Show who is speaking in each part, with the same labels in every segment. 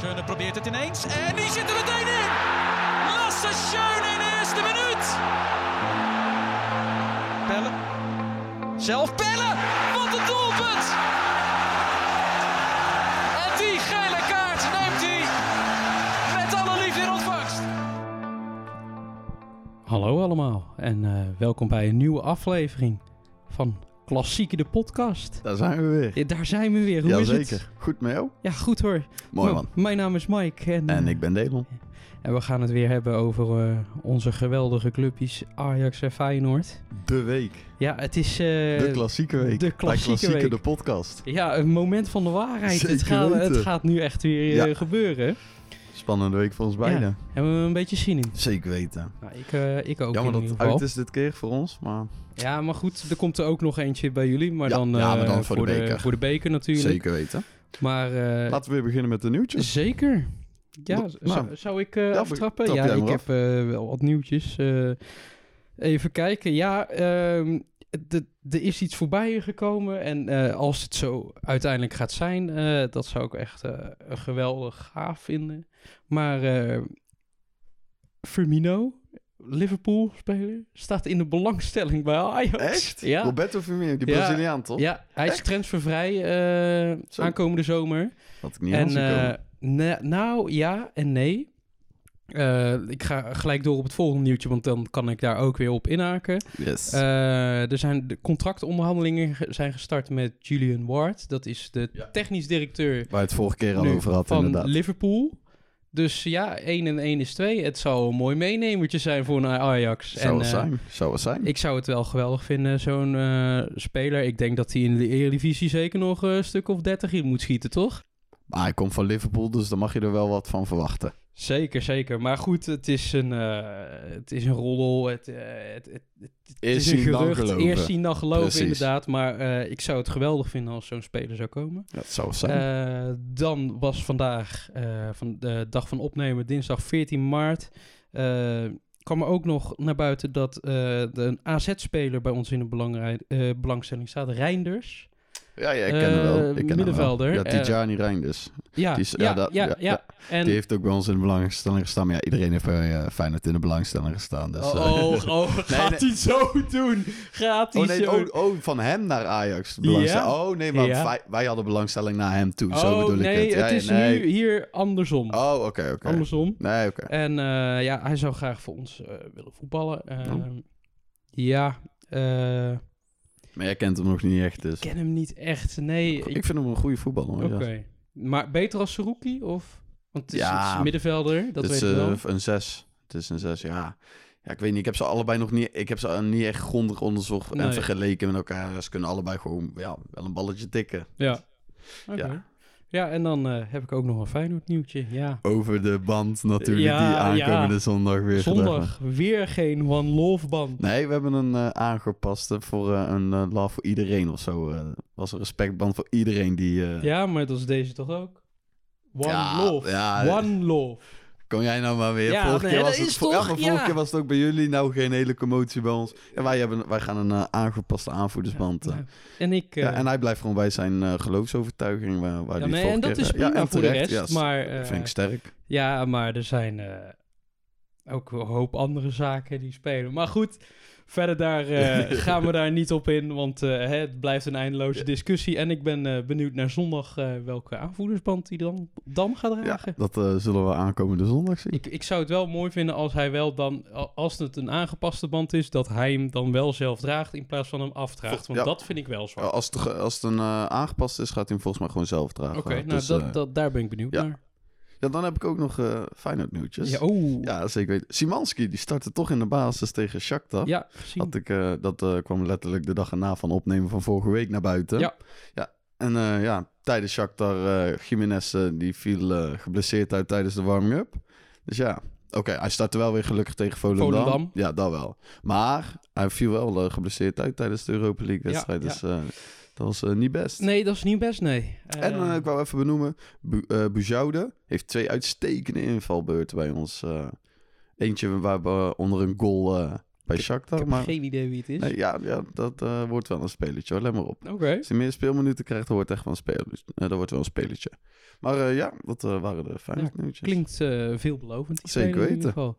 Speaker 1: Schöne probeert het ineens en die zit er meteen in. Lasse Schöne in de eerste minuut. Pellen. Zelf Pellen. Wat een doelpunt. En die gele kaart neemt hij met alle liefde in ontvangst.
Speaker 2: Hallo allemaal en eh, welkom bij een nieuwe aflevering van Klassieke de podcast.
Speaker 3: Daar zijn we weer.
Speaker 2: Ja, daar zijn we weer, hoe is het? Oh.
Speaker 3: Jazeker. Goed met jou?
Speaker 2: Ja, goed hoor.
Speaker 3: Mooi
Speaker 2: M-
Speaker 3: man.
Speaker 2: Mijn naam is Mike en,
Speaker 3: En
Speaker 2: eh,
Speaker 3: ik ben Delon.
Speaker 2: en we gaan het weer hebben over eh, onze geweldige clubjes Ajax en Feyenoord.
Speaker 3: De week.
Speaker 2: Ja, het is... eh,
Speaker 3: De klassieke week.
Speaker 2: de klassieke
Speaker 3: Bij klassieke
Speaker 2: week.
Speaker 3: de podcast.
Speaker 2: ja, een moment van de waarheid. Het
Speaker 3: Zeker
Speaker 2: gaat, het
Speaker 3: weten.
Speaker 2: gaat nu echt weer eh,
Speaker 3: Ja.
Speaker 2: gebeuren.
Speaker 3: Spannende week voor ons beiden.
Speaker 2: Hebben we een beetje zin in.
Speaker 3: Zeker weten.
Speaker 2: Nou, ik, eh, ik ook in
Speaker 3: Jammer dat
Speaker 2: ieder
Speaker 3: het
Speaker 2: geval.
Speaker 3: uit is dit keer voor ons, maar
Speaker 2: Ja, maar goed, er komt er ook nog eentje bij jullie. Maar,
Speaker 3: Ja,
Speaker 2: dan,
Speaker 3: ja, maar
Speaker 2: eh,
Speaker 3: dan voor de beker.
Speaker 2: voor de beker natuurlijk.
Speaker 3: zeker weten.
Speaker 2: Maar eh,
Speaker 3: Laten we weer beginnen met de nieuwtjes.
Speaker 2: zeker. Ja,
Speaker 3: Nou,
Speaker 2: z- zou, zou ik eh
Speaker 3: ja,
Speaker 2: aftrappen?
Speaker 3: trap
Speaker 2: Ja,
Speaker 3: jij
Speaker 2: ik
Speaker 3: maar
Speaker 2: heb
Speaker 3: af.
Speaker 2: eh, wel wat nieuwtjes. eh. even kijken. Ja, ehm, de- er is iets voorbij gekomen. En eh, als het zo uiteindelijk gaat zijn, eh, dat zou ik echt eh, een geweldig gaaf vinden. Maar eh Firmino, Liverpool-speler, staat in de belangstelling bij Ajax.
Speaker 3: Echt?
Speaker 2: Ja.
Speaker 3: Roberto Firmino, die
Speaker 2: Ja.
Speaker 3: Braziliaan toch?
Speaker 2: Ja, hij is transfervrij eh,
Speaker 3: Zo.
Speaker 2: aankomende zomer.
Speaker 3: Had ik niet aan
Speaker 2: En
Speaker 3: zien komen.
Speaker 2: eh, na- nou ja en nee. Eh, ik ga gelijk door op het volgende nieuwtje, want dan kan ik daar ook weer op inhaken.
Speaker 3: Yes.
Speaker 2: Eh, er zijn de contractonderhandelingen ge- zijn gestart met Julian Ward. Dat is de
Speaker 3: Ja.
Speaker 2: technisch directeur
Speaker 3: Waar je het vorige keer al
Speaker 2: nu
Speaker 3: over had
Speaker 2: van
Speaker 3: inderdaad.
Speaker 2: Liverpool. Dus ja, 1 en 1 is 2. Het zou een mooi meenemertje zijn voor een Ajax.
Speaker 3: Zou
Speaker 2: en,
Speaker 3: het
Speaker 2: eh,
Speaker 3: zijn. Zou het zijn.
Speaker 2: ik zou het wel geweldig vinden, zo'n eh, speler. Ik denk dat hij in de Eredivisie zeker nog eh, een stuk of 30 in moet schieten, toch?
Speaker 3: Maar hij komt van Liverpool, dus daar mag je er wel wat van verwachten.
Speaker 2: Zeker, zeker. Maar goed, het is een, eh, het is een roddel. Het, eh, het, het, het- het
Speaker 3: Eerst
Speaker 2: is een
Speaker 3: zien, dan
Speaker 2: gerucht.
Speaker 3: geloven.
Speaker 2: Eerst zien dan geloven,
Speaker 3: Precies.
Speaker 2: inderdaad. Maar eh, ik zou het geweldig vinden als zo'n speler zou komen.
Speaker 3: Dat zou het zijn.
Speaker 2: Eh, dan was vandaag, eh, van de dag van opnemen, dinsdag 14 maart... eh, kwam er ook nog naar buiten dat eh, de, een AZ-speler bij ons in de belangrij- eh, belangstelling staat. Reinders.
Speaker 3: ja, ja, ik ken hem wel.
Speaker 2: eh,
Speaker 3: Ik ken hem
Speaker 2: middenvelder,
Speaker 3: wel. Ja,
Speaker 2: eh,
Speaker 3: Tijani Reinders.
Speaker 2: Ja,
Speaker 3: Die is-
Speaker 2: ja,
Speaker 3: ja,
Speaker 2: ja,
Speaker 3: dat-
Speaker 2: ja,
Speaker 3: ja, ja.
Speaker 2: En,
Speaker 3: Die heeft ook bij ons in de belangstelling gestaan. Maar ja, iedereen heeft bij eh Feyenoord in de belangstelling gestaan. Dus, eh.
Speaker 2: oh, oh, oh, gaat
Speaker 3: nee.
Speaker 2: hij zo doen? Gaat hij
Speaker 3: Oh, nee,
Speaker 2: zo
Speaker 3: oh, oh, van hem naar Ajax. belangstelling.
Speaker 2: Ja?
Speaker 3: Oh nee, maar
Speaker 2: Ja. Oh,
Speaker 3: wij, wij hadden belangstelling naar hem toe. Zo bedoel
Speaker 2: nee,
Speaker 3: ik het. Ja,
Speaker 2: is
Speaker 3: nee.
Speaker 2: nu hier andersom.
Speaker 3: Oh, oké, oké.
Speaker 2: Andersom.
Speaker 3: Nee, oké.
Speaker 2: En eh, ja, hij zou graag voor ons eh, willen voetballen.
Speaker 3: Oh.
Speaker 2: Eh, Ja, eh,
Speaker 3: Maar jij kent hem nog niet echt, dus.
Speaker 2: ik ken hem niet echt. Nee, ik-
Speaker 3: Ik vind hem een goede voetballer. hoor,
Speaker 2: oké.
Speaker 3: ja.
Speaker 2: Maar beter als Saruki of? Want het is,
Speaker 3: Ja.
Speaker 2: het is middenvelder, dat
Speaker 3: Het
Speaker 2: weet
Speaker 3: is
Speaker 2: ik wel.
Speaker 3: eh, een zes. Het is een zes, ja. Ja, ik weet niet. Ik heb ze allebei nog niet... Ik heb ze eh, niet echt grondig onderzocht
Speaker 2: Nee.
Speaker 3: en vergeleken met elkaar. Dus Ze kunnen allebei gewoon ja, wel een balletje tikken.
Speaker 2: ja. Oké.
Speaker 3: Ja.
Speaker 2: Ja, en dan eh, heb ik ook nog een Feyenoord nieuwtje. Ja.
Speaker 3: Over de band natuurlijk,
Speaker 2: Ja,
Speaker 3: die aankomende
Speaker 2: ja.
Speaker 3: zondag weer gedragen.
Speaker 2: Zondag weer geen One Love band.
Speaker 3: Nee, we hebben een eh, aangepaste voor eh, een eh, love voor iedereen of zo. eh. was een respectband voor iedereen die... eh,
Speaker 2: Ja, maar dat is deze toch ook? One
Speaker 3: Ja,
Speaker 2: Love.
Speaker 3: ja.
Speaker 2: One Love.
Speaker 3: Kom jij nou maar weer.
Speaker 2: Ja,
Speaker 3: vorige
Speaker 2: nee,
Speaker 3: keer
Speaker 2: dat
Speaker 3: was het,
Speaker 2: is
Speaker 3: vo- ja,
Speaker 2: toch-
Speaker 3: maar vorige
Speaker 2: ja.
Speaker 3: keer was het ook bij jullie. Nou, geen hele commotie bij ons. En wij, hebben, wij gaan een eh, aangepaste aanvoerdersband. eh.
Speaker 2: Ja. En ik...
Speaker 3: Ja,
Speaker 2: eh,
Speaker 3: en hij blijft gewoon bij zijn eh, geloofsovertuiging. Waar, waar
Speaker 2: Ja,
Speaker 3: die
Speaker 2: nee, en
Speaker 3: vorige
Speaker 2: dat
Speaker 3: keer- eh,
Speaker 2: is
Speaker 3: ja,
Speaker 2: prima
Speaker 3: en
Speaker 2: voor de
Speaker 3: terecht,
Speaker 2: rest.
Speaker 3: ja, dat
Speaker 2: maar, eh,
Speaker 3: vind ik sterk.
Speaker 2: ja, maar er zijn eh, ook een hoop andere zaken die spelen. Maar goed, verder daar eh, gaan we daar niet op in, want eh, hè, het blijft een eindeloze discussie. En ik ben eh, benieuwd naar zondag eh, welke aanvoerdersband hij dan, dan gaat
Speaker 3: Ja,
Speaker 2: dragen.
Speaker 3: dat eh, zullen we aankomende zondag zien.
Speaker 2: Ik, ik zou het wel mooi vinden als hij wel dan, a- als het een aangepaste band is, dat hij hem dan wel zelf draagt in plaats van hem afdraagt. Want
Speaker 3: Ja.
Speaker 2: dat vind ik wel
Speaker 3: Eh,
Speaker 2: zwak.
Speaker 3: Als het, ge- als het een eh, aangepast is, gaat hij hem volgens mij gewoon zelf dragen.
Speaker 2: Oké, nou
Speaker 3: Dus,
Speaker 2: dat,
Speaker 3: eh,
Speaker 2: dat, daar ben ik benieuwd
Speaker 3: ja.
Speaker 2: naar.
Speaker 3: ja, dan heb ik ook nog eh Feyenoord nieuwtjes.
Speaker 2: Ja, oh. Ja,
Speaker 3: Ja, zeker weten. Simanski, die startte toch in de basis tegen Shakhtar.
Speaker 2: gezien.
Speaker 3: Had ik, eh, dat eh, kwam letterlijk de dag erna van opnemen van vorige week naar buiten.
Speaker 2: Ja.
Speaker 3: ja. En eh, ja, tijdens Shakhtar, eh Jiménez eh, die viel eh, geblesseerd uit tijdens de warming-up. Dus ja, oké, hij startte wel weer gelukkig tegen Volendam.
Speaker 2: Volendam.
Speaker 3: Ja, dat wel. Maar hij viel wel eh, geblesseerd uit tijdens de Europa League wedstrijd.
Speaker 2: Ja, ja.
Speaker 3: Dus eh, dat was eh, niet best.
Speaker 2: Nee, dat is niet best, nee. Eh,
Speaker 3: En eh, ik wou even benoemen, Bu eh, Boujoude heeft twee uitstekende invalbeurten bij ons. eh. eentje waar we onder een goal eh, bij
Speaker 2: ik
Speaker 3: Shakhtar.
Speaker 2: heb
Speaker 3: Maar,
Speaker 2: geen idee wie het is.
Speaker 3: nee, ja, ja, dat eh, wordt wel een spelletje hoor, let maar op.
Speaker 2: Oké.
Speaker 3: Als hij meer speelminuten krijgt, dan wordt het echt wel een spelletje. Eh, dat wordt wel een spelletje. Maar eh, ja, dat eh, waren de fijne nieuwtjes.
Speaker 2: Klinkt eh, veelbelovend. die
Speaker 3: Zeker
Speaker 2: speler in ieder
Speaker 3: weten.
Speaker 2: geval.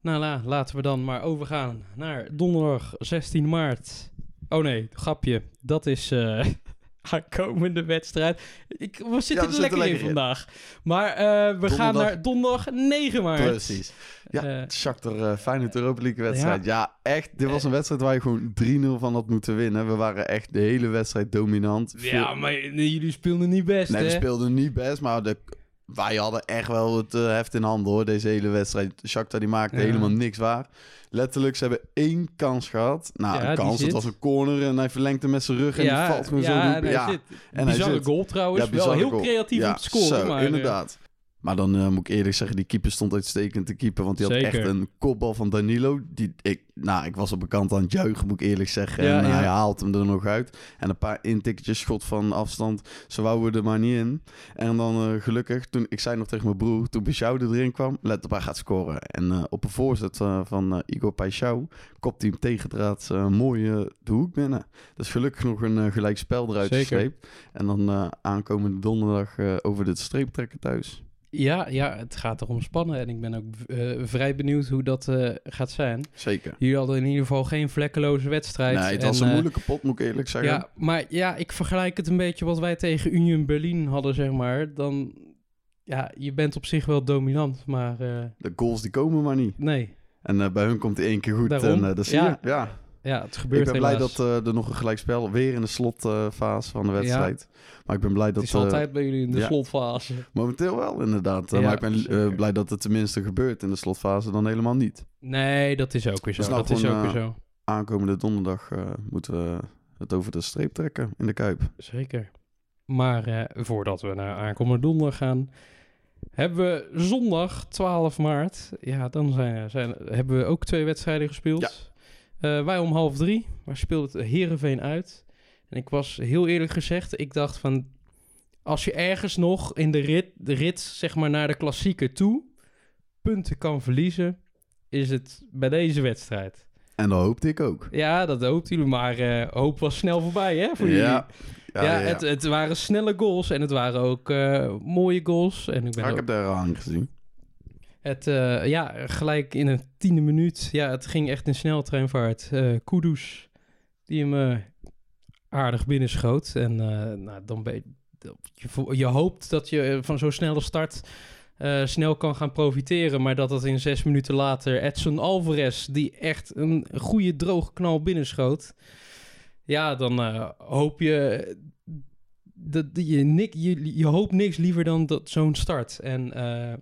Speaker 2: Nou, la, laten we dan maar overgaan naar donderdag 16 maart. Oh nee, grapje. Dat is eh, haar komende wedstrijd. Ik, we zitten
Speaker 3: we
Speaker 2: er
Speaker 3: zitten
Speaker 2: lekker in
Speaker 3: lekker in.
Speaker 2: vandaag. Maar eh, we gaan
Speaker 3: Donderdag.
Speaker 2: naar donderdag 9 maart.
Speaker 3: Precies. Ja,
Speaker 2: Eh,
Speaker 3: Shakhtar eh Feyenoord Europa League wedstrijd. Ja, echt. Dit was een wedstrijd waar je gewoon 3-0 van had moeten winnen. We waren echt de hele wedstrijd dominant.
Speaker 2: ja, maar nee, jullie speelden niet best,
Speaker 3: Nee, we
Speaker 2: hè?
Speaker 3: speelden niet best, maar de, wij hadden echt wel het eh, heft in handen hoor. Deze hele wedstrijd. Shakhtar die maakte
Speaker 2: Ja.
Speaker 3: helemaal niks waar. Letterlijk, ze hebben één kans gehad. Nou,
Speaker 2: Ja,
Speaker 3: een
Speaker 2: die
Speaker 3: kans.
Speaker 2: zit.
Speaker 3: Het was een corner en hij verlengde met zijn rug en die valt gewoon zo diep.
Speaker 2: en hij
Speaker 3: ja,
Speaker 2: zit.
Speaker 3: en hij
Speaker 2: bizarre
Speaker 3: zit.
Speaker 2: goal trouwens.
Speaker 3: Ja,
Speaker 2: Wel
Speaker 3: bizarre
Speaker 2: heel
Speaker 3: goal.
Speaker 2: creatief
Speaker 3: ja,
Speaker 2: op het scoren.
Speaker 3: zo,
Speaker 2: maar, eh,
Speaker 3: inderdaad. Maar dan eh, moet ik eerlijk zeggen, die keeper stond uitstekend te keeper. Want die had
Speaker 2: Zeker.
Speaker 3: echt een kopbal van Danilo. Die, ik, nou, ik was op een kant aan het juichen, moet ik eerlijk zeggen.
Speaker 2: Ja,
Speaker 3: en
Speaker 2: ja.
Speaker 3: hij haalt hem er nog uit. En een paar intikketjes, schot van afstand. Ze wouden er maar niet in. En dan eh, gelukkig, toen ik zei nog tegen mijn broer, toen Pichau erin kwam, let op, hij gaat scoren. En eh, op een voorzet eh, van eh, Igor Pichau kopt hij hem tegendraad eh mooi eh, de hoek binnen. Dus gelukkig nog een eh, gelijkspel eruit
Speaker 2: Zeker.
Speaker 3: gesleept. En dan eh, aankomende donderdag eh, over de streep trekken thuis.
Speaker 2: Ja, ja, het gaat erom spannen. En ik ben ook eh, vrij benieuwd hoe dat eh, gaat zijn.
Speaker 3: Zeker.
Speaker 2: Jullie hadden in ieder geval geen vlekkeloze wedstrijd.
Speaker 3: Nee, het was
Speaker 2: En,
Speaker 3: een
Speaker 2: eh,
Speaker 3: moeilijke pot, moet ik eerlijk zeggen.
Speaker 2: Ja, maar ja, ik vergelijk het een beetje wat wij tegen Union Berlin hadden, zeg maar. Dan, ja, je bent op zich wel dominant, maar eh,
Speaker 3: De goals die komen maar niet.
Speaker 2: nee.
Speaker 3: En eh, bij hun komt die één keer goed.
Speaker 2: Daarom.
Speaker 3: En eh, dat zie
Speaker 2: Ja.
Speaker 3: je. Ja.
Speaker 2: Ja, het
Speaker 3: Ik
Speaker 2: gebeurt
Speaker 3: ben blij
Speaker 2: helaas.
Speaker 3: dat eh, er nog een gelijkspel weer in de slotfase eh, van de wedstrijd. Maar ik ben blij
Speaker 2: het
Speaker 3: dat...
Speaker 2: is
Speaker 3: eh,
Speaker 2: altijd bij jullie in de
Speaker 3: ja.
Speaker 2: slotfase.
Speaker 3: Momenteel wel, inderdaad. Eh,
Speaker 2: Ja,
Speaker 3: maar ik ben eh,
Speaker 2: zeker.
Speaker 3: blij dat het tenminste gebeurt in de slotfase dan helemaal niet.
Speaker 2: Nee, dat is ook weer zo.
Speaker 3: Dat
Speaker 2: Dat,
Speaker 3: is nou
Speaker 2: is
Speaker 3: gewoon,
Speaker 2: ook weer
Speaker 3: eh,
Speaker 2: zo.
Speaker 3: Aankomende donderdag eh, moeten we het over de streep trekken in de Kuip.
Speaker 2: Zeker. Maar eh, voordat we naar aankomende donderdag gaan, hebben we zondag 12 maart. Ja, dan zijn, zijn, hebben we ook twee wedstrijden gespeeld.
Speaker 3: Ja.
Speaker 2: Eh, wij om half drie, maar speelde het Herenveen uit. En ik was heel eerlijk gezegd, ik dacht van als je ergens nog in de rit, de rit zeg maar naar de klassieke toe punten kan verliezen, is het bij deze wedstrijd.
Speaker 3: En dat hoopte ik ook.
Speaker 2: Ja, dat hoopten jullie, maar eh, hoop was snel voorbij, hè? Voor jullie.
Speaker 3: Ja, ja,
Speaker 2: Ja, Het, het waren snelle goals en het waren ook eh, mooie goals. En ik ben
Speaker 3: Maar ik
Speaker 2: ook-
Speaker 3: heb daar aan gezien.
Speaker 2: het, eh, ja, gelijk in een tiende minuut. Ja, het ging echt in sneltreinvaart. Eh Kudus, die hem eh, aardig binnenschoot. En eh, nou, dan ben je, je, vo- je hoopt dat je eh, van zo'n snelle start eh, snel kan gaan profiteren. Maar dat dat in zes minuten later Edson Alvarez, die echt een goede droge knal binnenschoot. Ja, dan eh, hoop je... Dat, dat je, nik, je, je hoopt niks liever dan dat zo'n start. En eh,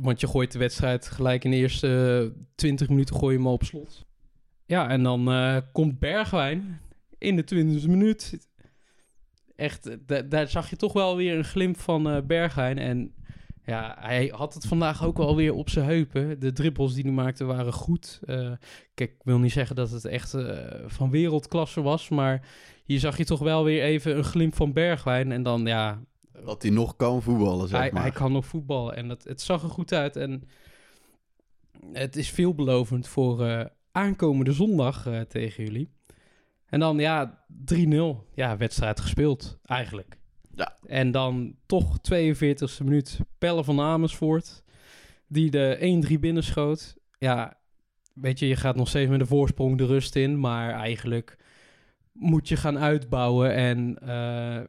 Speaker 2: want je gooit de wedstrijd gelijk in de eerste eh, 20 minuten gooi je hem al op slot. Ja, en dan eh, komt Bergwijn in de 20e minuut. Echt, eh, da- daar zag je toch wel weer een glimp van eh, Bergwijn. En ja, hij had het vandaag ook wel weer op zijn heupen. De dribbels die hij maakte waren goed. Eh, kijk, ik wil niet zeggen dat het echt eh, van wereldklasse was. Maar hier zag je toch wel weer even een glimp van Bergwijn. En dan, ja,
Speaker 3: Dat hij nog kan voetballen, zeg
Speaker 2: hij,
Speaker 3: maar.
Speaker 2: hij kan nog voetballen en het, het zag er goed uit. En het is veelbelovend voor eh, aankomende zondag eh, tegen jullie. En dan ja, 3-0. Ja, wedstrijd gespeeld eigenlijk.
Speaker 3: Ja.
Speaker 2: En dan toch 42e minuut Pelle van Amersfoort. Die de 1-3 binnenschoot. Ja, weet je, je gaat nog steeds met de voorsprong de rust in. Maar eigenlijk moet je gaan uitbouwen. En eh,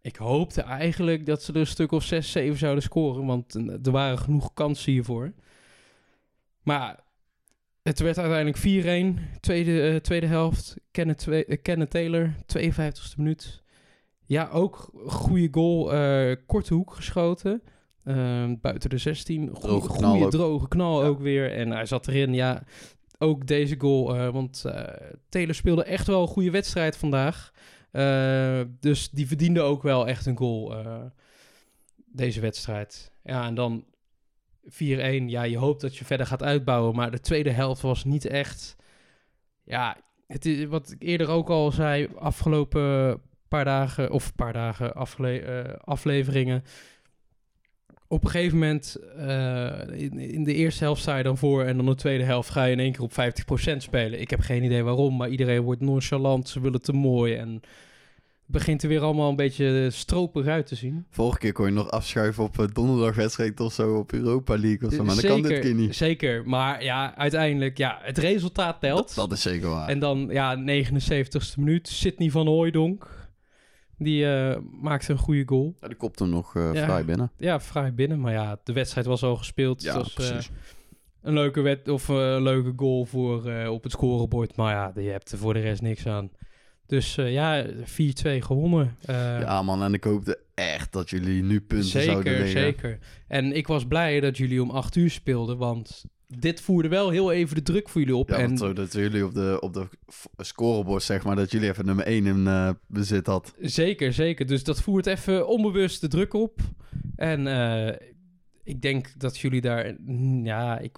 Speaker 2: ik hoopte eigenlijk dat ze er een stuk of 6, 7 zouden scoren. Want eh, er waren genoeg kansen hiervoor. Maar het werd uiteindelijk 4-1. Tweede, eh, tweede helft. Kenneth, Twe- eh, Kenneth Taylor, 52e minuut. Ja, ook goede goal. eh, korte hoek geschoten. Eh, buiten de 16.
Speaker 3: Droge
Speaker 2: Goede,
Speaker 3: knal
Speaker 2: goede
Speaker 3: ook.
Speaker 2: droge knal
Speaker 3: Ja.
Speaker 2: ook weer. En hij zat erin. Ja, ook deze goal. eh, want eh Taylor speelde echt wel een goede wedstrijd vandaag. Eh, dus die verdiende ook wel echt een goal. eh, deze wedstrijd. Ja, en dan 4-1. Ja, je hoopt dat je verder gaat uitbouwen. Maar de tweede helft was niet echt. Ja, het is wat ik eerder ook al zei. Afgelopen paar dagen. Of paar dagen afle- eh, afleveringen. Op een gegeven moment. eh, in, in de eerste helft sta je dan voor. En dan de tweede helft ga je in één keer op 50% spelen. Ik heb geen idee waarom. Maar iedereen wordt nonchalant. Ze willen te mooi. En begint er weer allemaal een beetje stroperig uit te zien.
Speaker 3: Vorige keer kon je nog afschuiven op eh, donderdagwedstrijd of zo op Europa League of zo. Maar dat kan dit keer niet.
Speaker 2: Zeker, maar ja, uiteindelijk, ja, het resultaat
Speaker 3: Dat,
Speaker 2: telt.
Speaker 3: dat is zeker waar.
Speaker 2: En dan, ja, 79ste minuut, Sidney van Hooijdonk. Die eh, maakte een goede goal.
Speaker 3: Ja, die kopte hem nog eh,
Speaker 2: Ja.
Speaker 3: vrij binnen.
Speaker 2: Ja, vrij binnen, maar ja, de wedstrijd was al gespeeld.
Speaker 3: Ja,
Speaker 2: het was, eh,
Speaker 3: precies.
Speaker 2: een leuke, wed of, eh, een leuke goal voor, eh, op het scorebord, maar ja, je hebt er voor de rest niks aan. Dus eh, ja, 4-2 gewonnen. Eh,
Speaker 3: ja, man. En ik hoopte echt dat jullie nu punten zouden
Speaker 2: zeker,
Speaker 3: leggen.
Speaker 2: zeker. En ik was blij dat jullie om 8 uur speelden, want dit voerde wel heel even de druk voor jullie op.
Speaker 3: Ja, eh,
Speaker 2: en
Speaker 3: want zo dat jullie op de, op de f- scorebord, zeg maar, dat jullie even nummer 1 in eh, bezit had.
Speaker 2: Zeker, zeker. Dus dat voert even onbewust de druk op. En eh, ik denk dat jullie daar... mm, Ja, ik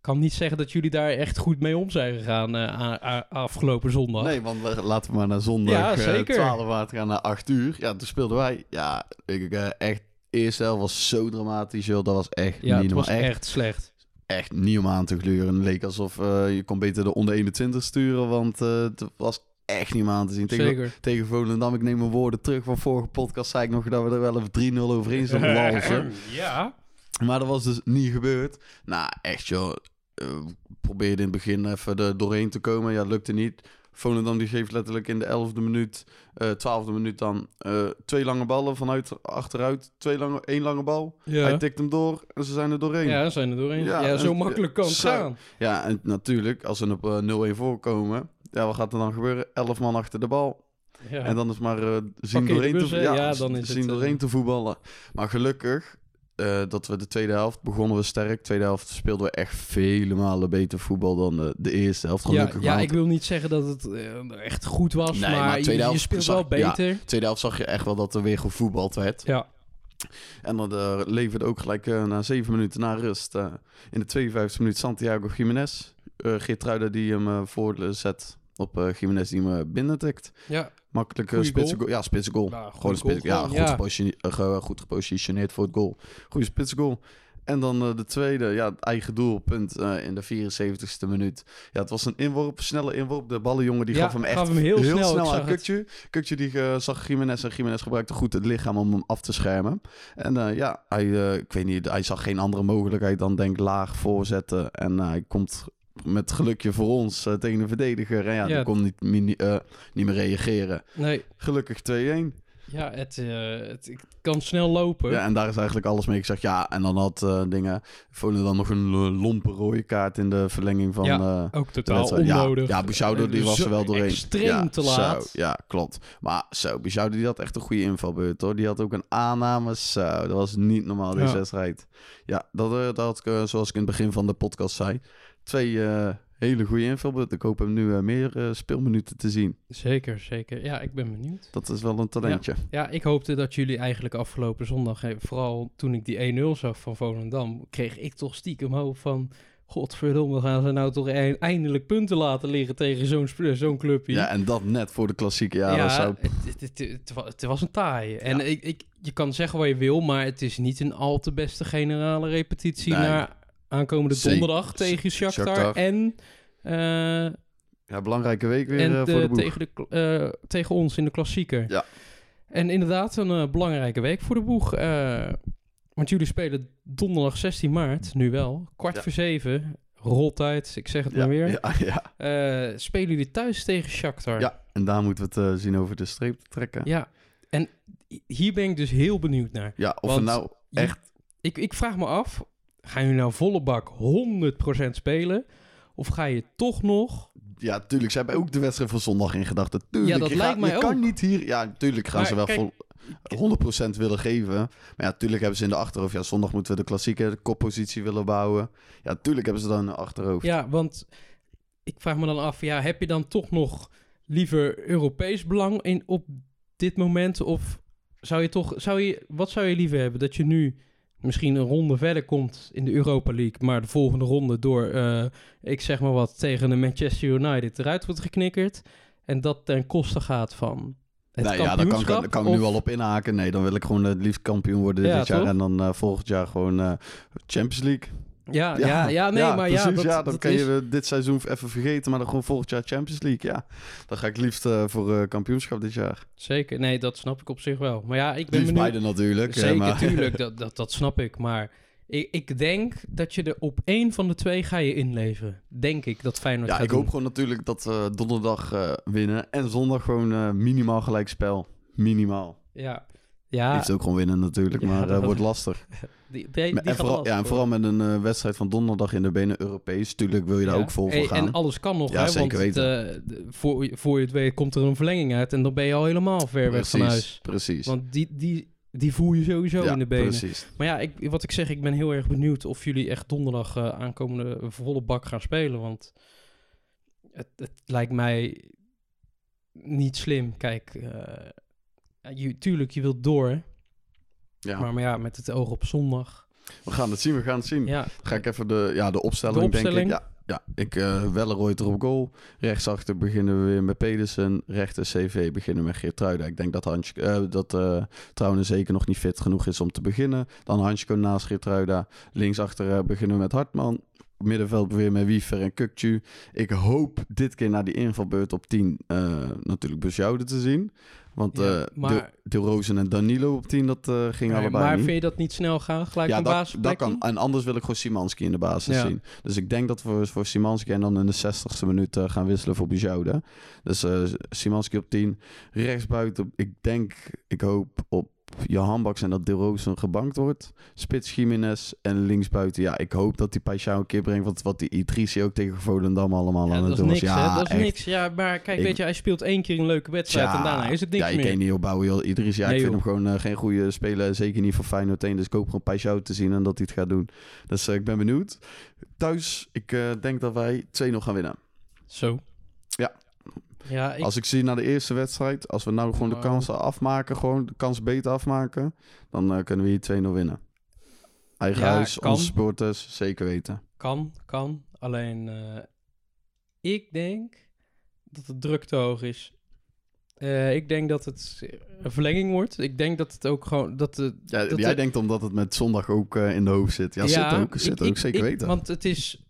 Speaker 2: kan niet zeggen dat jullie daar echt goed mee om zijn gegaan eh, a- a- afgelopen zondag.
Speaker 3: Nee, want la- laten we maar naar zondag
Speaker 2: Ja,
Speaker 3: eh,
Speaker 2: zeker.
Speaker 3: 12 waard gaan naar 8 uur. Ja, toen speelden wij. Ja, ik, eh, echt, eerste helft was zo dramatisch, joh. Dat was echt
Speaker 2: ja,
Speaker 3: niet
Speaker 2: het was
Speaker 3: normaal.
Speaker 2: echt,
Speaker 3: Echt,
Speaker 2: slecht.
Speaker 3: echt niet om aan te gluren. Het leek alsof eh, je kon beter de onder 21 sturen, want eh, het was echt niet om aan te zien. Tegen,
Speaker 2: Zeker.
Speaker 3: tegen Volendam, ik neem mijn woorden terug van vorige podcast, zei ik nog dat we er wel even 3-0 overheen zouden walsen.
Speaker 2: ja.
Speaker 3: Maar dat was dus niet gebeurd. Nou, echt joh. Eh, probeerde in het begin even er doorheen te komen. Ja, lukte niet. Volendam die geeft letterlijk in de 11e minuut, eh 12e minuut dan eh, twee lange ballen vanuit achteruit. Twee lange, één lange bal. Hij
Speaker 2: Ja.
Speaker 3: tikt hem door en ze zijn er doorheen. Ja,
Speaker 2: Ja, we zijn er doorheen.
Speaker 3: Ja,
Speaker 2: Ja, zo
Speaker 3: en-
Speaker 2: makkelijk kan het
Speaker 3: zo.
Speaker 2: gaan.
Speaker 3: en natuurlijk, als ze op eh, 0-1 voorkomen, ja, wat gaat er dan gebeuren? 11 man achter de bal.
Speaker 2: Ja.
Speaker 3: En dan is maar eh, zien,
Speaker 2: Pak je
Speaker 3: doorheen,
Speaker 2: de bus,
Speaker 3: te,
Speaker 2: hè?
Speaker 3: ja,
Speaker 2: Ja, dan is
Speaker 3: zien
Speaker 2: het, eh,
Speaker 3: doorheen te voetballen. Maar gelukkig, eh, dat we de tweede helft begonnen we sterk. Tweede helft speelden we echt vele malen beter voetbal dan de, de eerste helft.
Speaker 2: ja,
Speaker 3: Gelukkig
Speaker 2: ja,
Speaker 3: maar.
Speaker 2: ik wil niet zeggen dat het eh, echt goed was,
Speaker 3: Nee, maar
Speaker 2: maar, je,
Speaker 3: tweede
Speaker 2: je
Speaker 3: helft
Speaker 2: speelt
Speaker 3: zag-
Speaker 2: wel
Speaker 3: ja.
Speaker 2: beter.
Speaker 3: Tweede helft zag je echt wel dat er weer gevoetbald werd.
Speaker 2: Ja.
Speaker 3: En dat eh, leverde ook gelijk eh, na zeven minuten na rust. eh, in de 52e minuut Santiago Jiménez. eh Geertruida die hem eh, voorzet op eh Jiménez die hem eh, binnentikt.
Speaker 2: Ja.
Speaker 3: Makkelijke
Speaker 2: Goeie
Speaker 3: spitsen
Speaker 2: goal.
Speaker 3: goal. Ja, spitsen goal.
Speaker 2: Nou,
Speaker 3: Gewoon
Speaker 2: goede
Speaker 3: een spits,
Speaker 2: goal
Speaker 3: ja, goed,
Speaker 2: gewoon. Ja.
Speaker 3: gepositione- eh, ge- goed gepositioneerd voor het goal. Goede spitsgoal. En dan eh, de tweede, ja, het eigen doelpunt eh, in de 74ste minuut. Ja, het was een inworp, snelle inworp. De ballenjongen die
Speaker 2: Ja,
Speaker 3: gaf hem echt
Speaker 2: gaf hem heel snel, ik zag
Speaker 3: aan
Speaker 2: het.
Speaker 3: Kukje. Kukje die eh, zag Jiménez en Jiménez gebruikte goed het lichaam om hem af te schermen. En eh, ja, hij, eh, ik weet niet, hij zag geen andere mogelijkheid dan denk laag voorzetten. En eh, hij komt met gelukje voor ons eh, tegen de verdediger. En ja,
Speaker 2: Ja,
Speaker 3: die
Speaker 2: het-
Speaker 3: kon niet, mini- eh, niet meer reageren.
Speaker 2: Nee,
Speaker 3: Gelukkig 2-1.
Speaker 2: ja, het, eh, het, het kan snel lopen.
Speaker 3: Ja, en daar is eigenlijk alles mee gezegd. Ja, en dan had eh dingen. Volendam nog een eh, lompe rode kaart in de verlenging van.
Speaker 2: Ja,
Speaker 3: eh,
Speaker 2: Ook
Speaker 3: de
Speaker 2: totaal
Speaker 3: wedstrijd.
Speaker 2: onnodig.
Speaker 3: Ja, ja Bouchaudo die
Speaker 2: Zo
Speaker 3: was er wel doorheen.
Speaker 2: extreem
Speaker 3: ja,
Speaker 2: te laat.
Speaker 3: Zo, ja, klopt. Maar zo, Bouchaudo die had echt een goede invalbeurt hoor. Die had ook een aanname. Zo, dat was niet normaal deze
Speaker 2: Ja.
Speaker 3: wedstrijd. Ja, dat, eh, dat had ik, eh, zoals ik in het begin van de podcast zei. Twee eh, hele goede invalbeurten. Ik hoop hem nu eh, meer eh, speelminuten te zien.
Speaker 2: Zeker, zeker. Ja, ik ben benieuwd.
Speaker 3: Dat is wel een talentje.
Speaker 2: Ja, ik hoopte dat jullie eigenlijk afgelopen zondag, eh, vooral toen ik die 1-0 zag van Volendam, kreeg ik toch stiekem hoop van... Godverdomme, gaan ze nou toch e- eindelijk punten laten liggen tegen zo'n sp- eh, zo'n clubje?
Speaker 3: Ja, en dat net voor de klassieke. Ja, dat zou
Speaker 2: het, het, het- het wa- het was een taai. En ik, ik, je kan zeggen wat je wil, maar het is niet een al te beste generale repetitie
Speaker 3: Nee.
Speaker 2: naar aankomende
Speaker 3: Zeker.
Speaker 2: donderdag tegen Shakhtar,
Speaker 3: Shakhtar.
Speaker 2: en... eh,
Speaker 3: Ja, belangrijke week weer
Speaker 2: en
Speaker 3: eh,
Speaker 2: de-
Speaker 3: voor de boeg.
Speaker 2: tegen, de, kl- eh, tegen ons in de klassieker.
Speaker 3: Ja.
Speaker 2: En inderdaad, een eh, belangrijke week voor de boeg. eh, want jullie spelen donderdag 16 maart, nu wel. Kwart
Speaker 3: Ja.
Speaker 2: voor zeven, roltijd, ik zeg het maar weer.
Speaker 3: Ja, ja.
Speaker 2: Eh, spelen jullie thuis tegen Shakhtar?
Speaker 3: ja, en daar moeten we het eh, zien over de streep te trekken. Ja,
Speaker 2: Ja. En hier ben ik dus heel benieuwd naar.
Speaker 3: of
Speaker 2: Want-
Speaker 3: we nou...
Speaker 2: Ik, ik vraag me af, gaan jullie nou volle bak 100% spelen? Of ga je toch nog...
Speaker 3: Ja, tuurlijk, ze hebben ook de wedstrijd van zondag in gedachten. Tuurlijk,
Speaker 2: Ja, dat
Speaker 3: je
Speaker 2: lijkt
Speaker 3: gaat-
Speaker 2: mij
Speaker 3: je kan
Speaker 2: ook.
Speaker 3: niet hier... Ja, tuurlijk gaan
Speaker 2: Maar
Speaker 3: ze wel
Speaker 2: kijk,
Speaker 3: vol 100% willen geven. Maar ja, tuurlijk hebben ze in de achterhoofd... Ja, zondag moeten we de klassieke de koppositie willen bouwen. Ja, tuurlijk hebben ze dan in de achterhoofd.
Speaker 2: Ja, want ik vraag me dan af, ja, heb je dan toch nog liever Europees belang in, op dit moment? Of zou je toch, zou je, wat zou je liever hebben? Dat je nu misschien een ronde verder komt in de Europa League, maar de volgende ronde door, eh, ik zeg maar wat, tegen de Manchester United eruit wordt geknikkerd. En dat ten koste gaat van het
Speaker 3: Nee, ja, daar kan,
Speaker 2: kampioenschap?
Speaker 3: ik- daar kan ik
Speaker 2: of-
Speaker 3: nu al op inhaken. Nee, dan wil ik gewoon eh, het liefst kampioen worden
Speaker 2: Ja,
Speaker 3: dit jaar.
Speaker 2: toch?
Speaker 3: En dan eh, volgend jaar gewoon eh, Champions League.
Speaker 2: Ja, Ah, ja, ja, nee, maar ja,
Speaker 3: precies,
Speaker 2: dat,
Speaker 3: ja, dan
Speaker 2: dat
Speaker 3: kan
Speaker 2: is...
Speaker 3: je eh, dit seizoen even vergeten, maar dan gewoon volgend jaar Champions League. Ja, dan ga ik liefst eh, voor eh, kampioenschap dit jaar.
Speaker 2: Zeker, nee, dat snap ik op zich wel. Maar ja, ik ben
Speaker 3: Liefst
Speaker 2: benieuwd...
Speaker 3: beide natuurlijk. eh,
Speaker 2: Zeker,
Speaker 3: maar...
Speaker 2: tuurlijk, dat, dat, dat snap ik. Maar ik, ik denk dat je er op één van de twee ga je inleveren. Denk ik dat Feyenoord
Speaker 3: Ja,
Speaker 2: gaat
Speaker 3: ik hoop gewoon natuurlijk dat we donderdag eh, winnen en zondag gewoon eh, minimaal gelijk spel. Minimaal.
Speaker 2: doen. Ja, ja
Speaker 3: Liefst ook gewoon winnen natuurlijk,
Speaker 2: Ah. Ja,
Speaker 3: maar eh,
Speaker 2: dat-
Speaker 3: wordt lastig.
Speaker 2: die, die, die
Speaker 3: Maar- en,
Speaker 2: gaat
Speaker 3: vooral,
Speaker 2: lastig
Speaker 3: ja, en vooral
Speaker 2: worden.
Speaker 3: met een eh, wedstrijd van donderdag in de benen Europees. Tuurlijk wil je daar
Speaker 2: Ja.
Speaker 3: ook vol voor
Speaker 2: Hey,
Speaker 3: gaan.
Speaker 2: En alles kan nog,
Speaker 3: Ja,
Speaker 2: hè,
Speaker 3: zeker
Speaker 2: want het, eh, de- voor, je- voor je het weet komt er een verlenging uit... en dan ben je al helemaal ver weg
Speaker 3: precies,
Speaker 2: van huis.
Speaker 3: Precies.
Speaker 2: Want die, die, die voel je sowieso
Speaker 3: ja,
Speaker 2: in de benen.
Speaker 3: precies.
Speaker 2: Maar ja, ik, wat ik zeg, ik ben heel erg benieuwd of jullie echt donderdag eh, aankomende volle bak gaan spelen. Want het, het lijkt mij niet slim. Kijk, eh, je, tuurlijk, je wilt door.
Speaker 3: Ja.
Speaker 2: Maar, maar ja, met het oog op zondag.
Speaker 3: We gaan het zien, we gaan het zien.
Speaker 2: Ja,
Speaker 3: Ga ik even de, ja, de opstelling,
Speaker 2: De
Speaker 3: denk
Speaker 2: opstelling?
Speaker 3: ik. Ja, ja ik eh Welleroy er op goal. Rechtsachter beginnen we weer met Pedersen. Rechter CV beginnen met Geertruida. Ik denk dat, Hans, eh, dat eh Trouwen zeker nog niet fit genoeg is om te beginnen. Dan Hansko naast Geertruida. Linksachter eh, beginnen we met Hartman. Middenveld weer met Wiefer en Kukcu. Ik hoop dit keer na die invalbeurt op 10 eh, natuurlijk Busjoude te zien. Want eh
Speaker 2: Ja, maar-
Speaker 3: de, de Rozen en Danilo op 10, dat eh, ging
Speaker 2: maar,
Speaker 3: allebei
Speaker 2: maar
Speaker 3: niet
Speaker 2: vind je dat niet snel gaan? Gelijk
Speaker 3: ja,
Speaker 2: een
Speaker 3: dat, dat
Speaker 2: basisplek?
Speaker 3: kan.
Speaker 2: doen?
Speaker 3: En anders wil ik gewoon Simanski in de basis
Speaker 2: Ja.
Speaker 3: zien. Dus ik denk dat we voor Simanski en dan in de 60ste minuut eh, gaan wisselen voor Bijoude. Dus eh Simanski op 10. Rechtsbuiten, ik denk, ik hoop op Johan Baks en dat De Rozen gebankt wordt. Spits Jiménez en linksbuiten. Ja, ik hoop dat die Paixão een keer brengt. Want wat die Idrissi ook tegen Volendam allemaal
Speaker 2: Ja,
Speaker 3: aan het
Speaker 2: dat is
Speaker 3: doen was.
Speaker 2: niks,
Speaker 3: Ja,
Speaker 2: hè? Dat is
Speaker 3: echt.
Speaker 2: niks. Ja, maar kijk,
Speaker 3: Ik-
Speaker 2: weet je, hij speelt één keer een leuke wedstrijd en daarna is het niks
Speaker 3: ja, ik
Speaker 2: meer.
Speaker 3: ken niet opbouwen, joh. Idrissi. Ja,
Speaker 2: Nee,
Speaker 3: ik vind
Speaker 2: joh.
Speaker 3: hem gewoon eh, geen goede speler. Zeker niet voor Feyenoord 1. Dus ik hoop gewoon Pajou te zien en dat hij het gaat doen. Dus eh, ik ben benieuwd. Thuis, ik eh, denk dat wij 2-0 gaan winnen.
Speaker 2: Zo.
Speaker 3: Ja.
Speaker 2: Ja, ik,
Speaker 3: Als ik zie naar de eerste wedstrijd, als we nou gewoon de
Speaker 2: Nou.
Speaker 3: kansen afmaken, gewoon de kans beter afmaken, dan eh, kunnen we hier 2-0 winnen. Eigen
Speaker 2: Ja,
Speaker 3: huis,
Speaker 2: kan.
Speaker 3: onze supporters, zeker weten.
Speaker 2: Kan, kan. Alleen eh, ik denk dat de druk te hoog is. Eh, ik denk dat het een verlenging wordt. Ik denk dat het ook gewoon. Dat de,
Speaker 3: Ja,
Speaker 2: dat eh,
Speaker 3: jij
Speaker 2: de-
Speaker 3: denkt omdat het met zondag ook eh, in de hoofd zit. Ja, zit ook, zit
Speaker 2: ik-
Speaker 3: ook,
Speaker 2: ik-
Speaker 3: zeker
Speaker 2: ik-
Speaker 3: weten.
Speaker 2: Want het is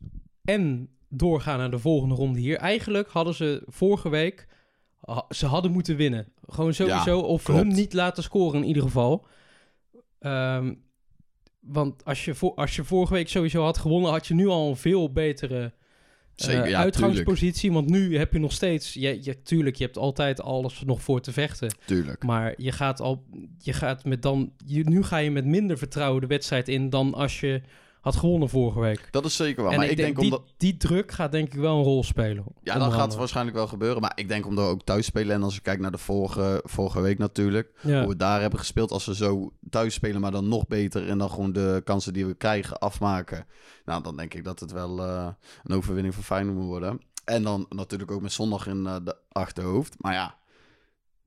Speaker 2: en doorgaan naar de volgende ronde hier. Eigenlijk hadden ze vorige week. ha- Ze hadden moeten winnen. Gewoon sowieso. of
Speaker 3: klopt.
Speaker 2: hem niet laten scoren in ieder geval. Ehm, want als je, vo- als je vorige week sowieso had gewonnen, had je nu al een veel betere
Speaker 3: zeker,
Speaker 2: eh,
Speaker 3: ja, tuurlijk,
Speaker 2: uitgangspositie. Want nu heb je nog steeds. Je, je, tuurlijk, je hebt altijd alles nog voor te vechten.
Speaker 3: tuurlijk.
Speaker 2: Maar je gaat al. Je gaat met dan. Je, nu ga je met minder vertrouwen de wedstrijd in dan als je had gewonnen vorige week.
Speaker 3: Dat is zeker waar.
Speaker 2: en
Speaker 3: maar
Speaker 2: ik,
Speaker 3: ik denk
Speaker 2: die,
Speaker 3: omdat...
Speaker 2: die druk gaat denk ik wel een rol spelen.
Speaker 3: Ja,
Speaker 2: onder
Speaker 3: dat gaat
Speaker 2: andere.
Speaker 3: waarschijnlijk wel gebeuren. Maar ik denk omdat we ook thuis spelen. En als ik kijk naar de vorige, vorige week natuurlijk.
Speaker 2: Ja.
Speaker 3: Hoe we daar hebben gespeeld. Als we zo thuis spelen, maar dan nog beter. En dan gewoon de kansen die we krijgen afmaken. Nou, dan denk ik dat het wel eh, een overwinning voor Feyenoord moet worden. En dan natuurlijk ook met zondag in eh, de achterhoofd. Maar ja,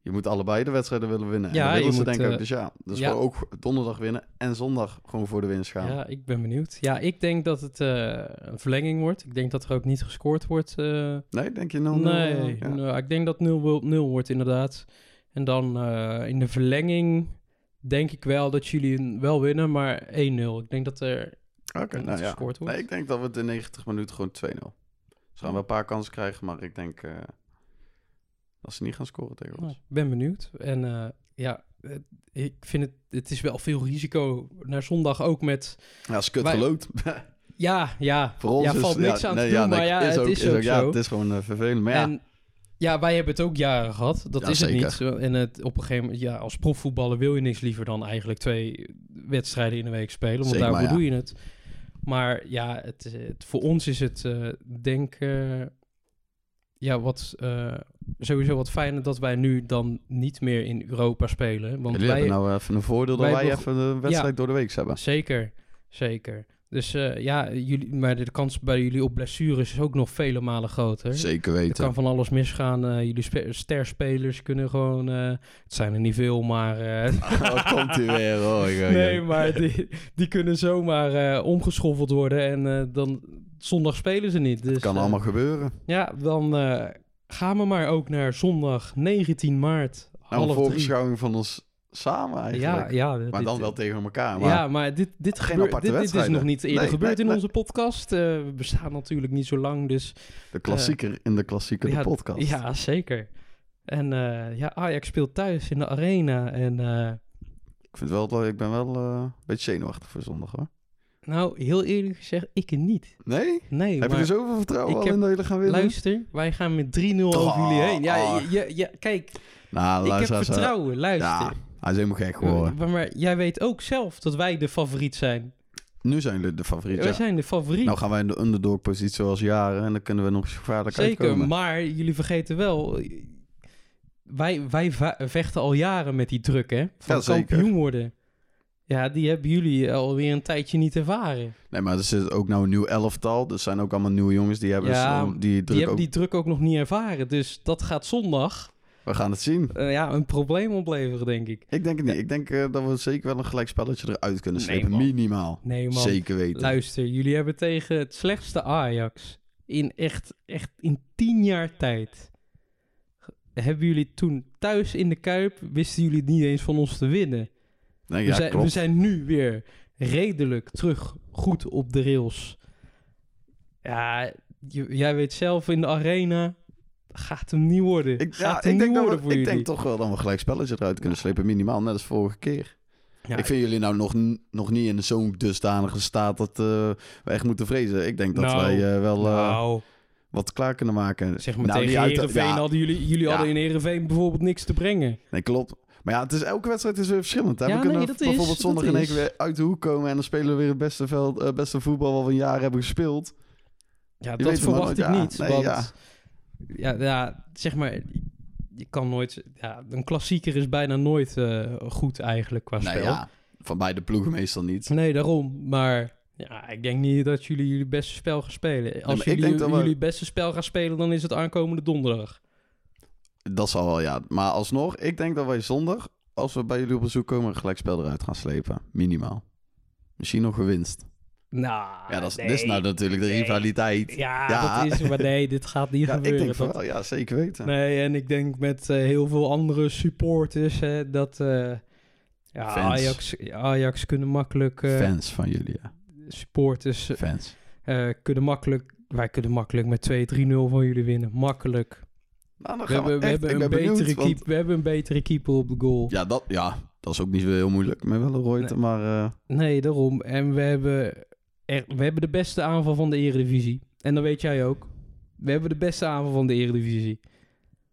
Speaker 3: je moet allebei de wedstrijden willen winnen.
Speaker 2: Ja,
Speaker 3: en dat willen
Speaker 2: je
Speaker 3: ze
Speaker 2: moet,
Speaker 3: denk ik ook.
Speaker 2: eh,
Speaker 3: Dus ja, dus
Speaker 2: ja.
Speaker 3: gewoon ook donderdag winnen. En zondag gewoon voor de winst gaan.
Speaker 2: Ja, ik ben benieuwd. Ja, ik denk dat het eh, een verlenging wordt. Ik denk dat er ook niet gescoord wordt. eh,
Speaker 3: Nee, denk je 0-0?
Speaker 2: Nee,
Speaker 3: Ja.
Speaker 2: nou, ik denk dat 0 wil- 0 wordt inderdaad. En dan eh, in de verlenging denk ik wel dat jullie een- wel winnen, maar 1-0. Ik denk dat er
Speaker 3: Oké,
Speaker 2: niet
Speaker 3: nou ja.
Speaker 2: gescoord wordt.
Speaker 3: Nee, ik denk dat we de 90 minuten gewoon 2-0. Ze gaan wel een paar kansen krijgen, maar ik denk eh, dat ze niet gaan scoren tegen
Speaker 2: Nou,
Speaker 3: ons.
Speaker 2: ik ben benieuwd. En eh, ja, eh, ik vind het, het is wel veel risico naar zondag ook met...
Speaker 3: Ja, is kut
Speaker 2: Wij-
Speaker 3: geloot.
Speaker 2: Ja, ja,
Speaker 3: Voor ons
Speaker 2: ja,
Speaker 3: is,
Speaker 2: valt niks aan
Speaker 3: nee,
Speaker 2: te doen,
Speaker 3: nee,
Speaker 2: maar ja, het is, ook, zo.
Speaker 3: Ja, het is gewoon eh, vervelend. Maar ja,
Speaker 2: En ja, wij hebben het ook jaren gehad. Dat
Speaker 3: Ja,
Speaker 2: is het
Speaker 3: zeker.
Speaker 2: niet. En het, op een gegeven moment, ja, als profvoetballer wil je niks liever dan eigenlijk twee wedstrijden in de week spelen. Want
Speaker 3: Zeker,
Speaker 2: daarvoor
Speaker 3: maar ja.
Speaker 2: doe je het. Maar ja, het, het- voor ons is het, eh, denk eh, ja, wat, eh, sowieso wat fijner dat wij nu dan niet meer in Europa spelen. Want
Speaker 3: jullie
Speaker 2: wij,
Speaker 3: hebben nou even een voordeel dat
Speaker 2: wij
Speaker 3: wij
Speaker 2: hebben
Speaker 3: even eh, de wedstrijd door de week hebben.
Speaker 2: Zeker, zeker. Dus eh, ja, jullie, maar de kans bij jullie op blessures is ook nog vele malen groter.
Speaker 3: Zeker
Speaker 2: Er kan van alles misgaan. Eh, jullie spe- sterspelers kunnen gewoon... eh, het zijn er niet veel, maar... eh,
Speaker 3: Oh, komt hij weer. Oh, oei, oei, oei.
Speaker 2: nee, maar die, die kunnen zomaar eh, omgeschoffeld worden. En eh, dan zondag spelen ze niet. Dus,
Speaker 3: Het kan
Speaker 2: eh,
Speaker 3: allemaal gebeuren. Nou,
Speaker 2: Ja, dan eh, gaan we maar ook naar zondag 19 maart.
Speaker 3: Nou, een
Speaker 2: half drie.
Speaker 3: voorbeschouwing van ons samen
Speaker 2: Ja,
Speaker 3: eigenlijk.
Speaker 2: ja,
Speaker 3: maar
Speaker 2: dit-
Speaker 3: dan wel tegen elkaar. Maar
Speaker 2: Ja, maar dit, dit,
Speaker 3: Geen
Speaker 2: gebeurt,
Speaker 3: aparte
Speaker 2: dit, dit is
Speaker 3: wedstrijden.
Speaker 2: nog niet eerder
Speaker 3: Nee,
Speaker 2: gebeurd
Speaker 3: nee,
Speaker 2: in
Speaker 3: nee.
Speaker 2: onze podcast. Eh, we bestaan natuurlijk niet zo lang, dus...
Speaker 3: de klassieker in de klassieker de podcast.
Speaker 2: Ja, zeker. En eh, ja, Ajax speelt thuis in de arena. En eh,
Speaker 3: Ik, vind wel, dat- ik ben wel eh, een beetje zenuwachtig voor zondag hoor.
Speaker 2: nou, heel eerlijk gezegd, ik niet.
Speaker 3: Nee?
Speaker 2: Nee,
Speaker 3: Heb je
Speaker 2: maar
Speaker 3: er zoveel vertrouwen
Speaker 2: ik
Speaker 3: al
Speaker 2: heb-
Speaker 3: in dat jullie gaan winnen?
Speaker 2: luister, wij gaan met 3-0 over
Speaker 3: Oh,
Speaker 2: jullie heen. Ja,
Speaker 3: oh.
Speaker 2: ja, ja, kijk,
Speaker 3: nou,
Speaker 2: ik heb
Speaker 3: luister, hij-
Speaker 2: vertrouwen, luister.
Speaker 3: Ja, hij is helemaal gek geworden.
Speaker 2: maar, maar jij weet ook zelf dat wij de favoriet zijn.
Speaker 3: Nu zijn jullie de favoriet.
Speaker 2: Wij
Speaker 3: ja.
Speaker 2: zijn de favoriet.
Speaker 3: Nou gaan wij in de underdog positie zoals jaren en dan kunnen we nog eens gevaarlijk
Speaker 2: Zeker,
Speaker 3: uitkomen.
Speaker 2: maar jullie vergeten wel. eh, Wij, wij va- vechten al jaren met die druk, hè? Van
Speaker 3: Ja, zeker.
Speaker 2: kampioen worden. Ja, die hebben jullie alweer een tijdje niet ervaren.
Speaker 3: Nee, maar er zit ook nou een nieuw elftal. Dus zijn ook allemaal nieuwe jongens die hebben
Speaker 2: Ja,
Speaker 3: dus, um, die
Speaker 2: Die
Speaker 3: druk
Speaker 2: hebben
Speaker 3: ook.
Speaker 2: die druk ook nog niet ervaren. Dus dat gaat zondag
Speaker 3: We gaan het zien.
Speaker 2: eh, ja, een probleem opleveren, denk ik.
Speaker 3: Ik denk het niet. Ik denk eh, dat we zeker wel een gelijk spelletje eruit kunnen
Speaker 2: Nee,
Speaker 3: slepen.
Speaker 2: man.
Speaker 3: Minimaal.
Speaker 2: Nee, man.
Speaker 3: Zeker weten.
Speaker 2: Luister, jullie hebben tegen het slechtste Ajax in echt, echt in tien jaar tijd. Hebben jullie toen thuis in de Kuip, wisten jullie niet eens van ons te winnen.
Speaker 3: nee,
Speaker 2: We,
Speaker 3: ja,
Speaker 2: zijn, we
Speaker 3: klopt.
Speaker 2: zijn nu weer redelijk terug goed op de rails. Ja, j- jij weet zelf in de arena gaat hem niet worden.
Speaker 3: Ik,
Speaker 2: gaat
Speaker 3: ja,
Speaker 2: hem
Speaker 3: ik,
Speaker 2: niet
Speaker 3: denk, dat
Speaker 2: worden
Speaker 3: we-
Speaker 2: voor
Speaker 3: ik
Speaker 2: jullie.
Speaker 3: denk toch wel dat we een gelijk spelletje eruit kunnen slepen. Minimaal, net als vorige keer.
Speaker 2: Ja,
Speaker 3: ik vind jullie nou nog, n- nog niet in zo'n dusdanige staat dat eh, we echt moeten vrezen. Ik denk dat
Speaker 2: Nou,
Speaker 3: wij eh, wel eh,
Speaker 2: nou,
Speaker 3: wat klaar kunnen maken.
Speaker 2: zeg maar
Speaker 3: nou, niet
Speaker 2: tegen
Speaker 3: uit-
Speaker 2: Heerenveen
Speaker 3: ja.
Speaker 2: hadden jullie, jullie
Speaker 3: Ja.
Speaker 2: hadden in Heerenveen bijvoorbeeld niks te brengen.
Speaker 3: Nee, klopt. Maar ja, het is, elke wedstrijd is weer verschillend. Hè?
Speaker 2: Ja,
Speaker 3: we kunnen
Speaker 2: nee, dat is-
Speaker 3: bijvoorbeeld
Speaker 2: dat
Speaker 3: zondag in één
Speaker 2: is.
Speaker 3: keer weer uit de hoek komen... en dan spelen we weer het beste, veld, eh, beste voetbal wat we een jaar hebben gespeeld.
Speaker 2: Ja,
Speaker 3: Je
Speaker 2: dat
Speaker 3: weet het maar
Speaker 2: verwacht ik
Speaker 3: nooit. Ja,
Speaker 2: niet.
Speaker 3: nee,
Speaker 2: want
Speaker 3: ja.
Speaker 2: ja. Ja, zeg maar, je kan nooit... Ja, een klassieker is bijna nooit eh, goed eigenlijk qua
Speaker 3: Nou
Speaker 2: spel.
Speaker 3: ja, van beide ploegen meestal niet.
Speaker 2: Nee, daarom. Maar ja, ik denk niet dat jullie jullie beste spel gaan spelen. Als
Speaker 3: maar ik
Speaker 2: jullie
Speaker 3: denk dat we-
Speaker 2: jullie beste spel gaan spelen, dan is het aankomende donderdag.
Speaker 3: Dat zal wel, ja. Maar alsnog, ik denk dat wij zondag... als we bij jullie op bezoek komen... een gelijkspel eruit gaan slepen. Minimaal. Misschien nog een winst.
Speaker 2: Nou,
Speaker 3: ja, dat is,
Speaker 2: nee.
Speaker 3: dit is nou natuurlijk de
Speaker 2: nee.
Speaker 3: rivaliteit.
Speaker 2: Ja,
Speaker 3: Ja.
Speaker 2: dat is... Maar nee, dit gaat niet
Speaker 3: Ja, ik
Speaker 2: gebeuren.
Speaker 3: denk van
Speaker 2: dat-
Speaker 3: wel. Ja, zeker weten.
Speaker 2: Nee, en ik denk met eh, heel veel andere supporters hè, dat... eh, ja,
Speaker 3: Fans.
Speaker 2: Ajax, Ajax kunnen makkelijk... eh,
Speaker 3: Fans van jullie, ja.
Speaker 2: supporters eh,
Speaker 3: Fans.
Speaker 2: eh, kunnen makkelijk... Wij kunnen makkelijk met 2-3-0 van jullie winnen. Makkelijk.
Speaker 3: Nou, dan
Speaker 2: We
Speaker 3: gaan we,
Speaker 2: hebben, we,
Speaker 3: echt-
Speaker 2: hebben
Speaker 3: ik
Speaker 2: een
Speaker 3: ben benieuwd,
Speaker 2: betere
Speaker 3: want-
Speaker 2: keep, we hebben een betere keeper op de goal.
Speaker 3: Ja dat, ja, dat is ook niet zo heel moeilijk met wel een Reuter, maar... eh,
Speaker 2: Nee, daarom. En we hebben, er, we hebben de beste aanval van de Eredivisie. En dat weet jij ook. We hebben de beste aanval van de Eredivisie.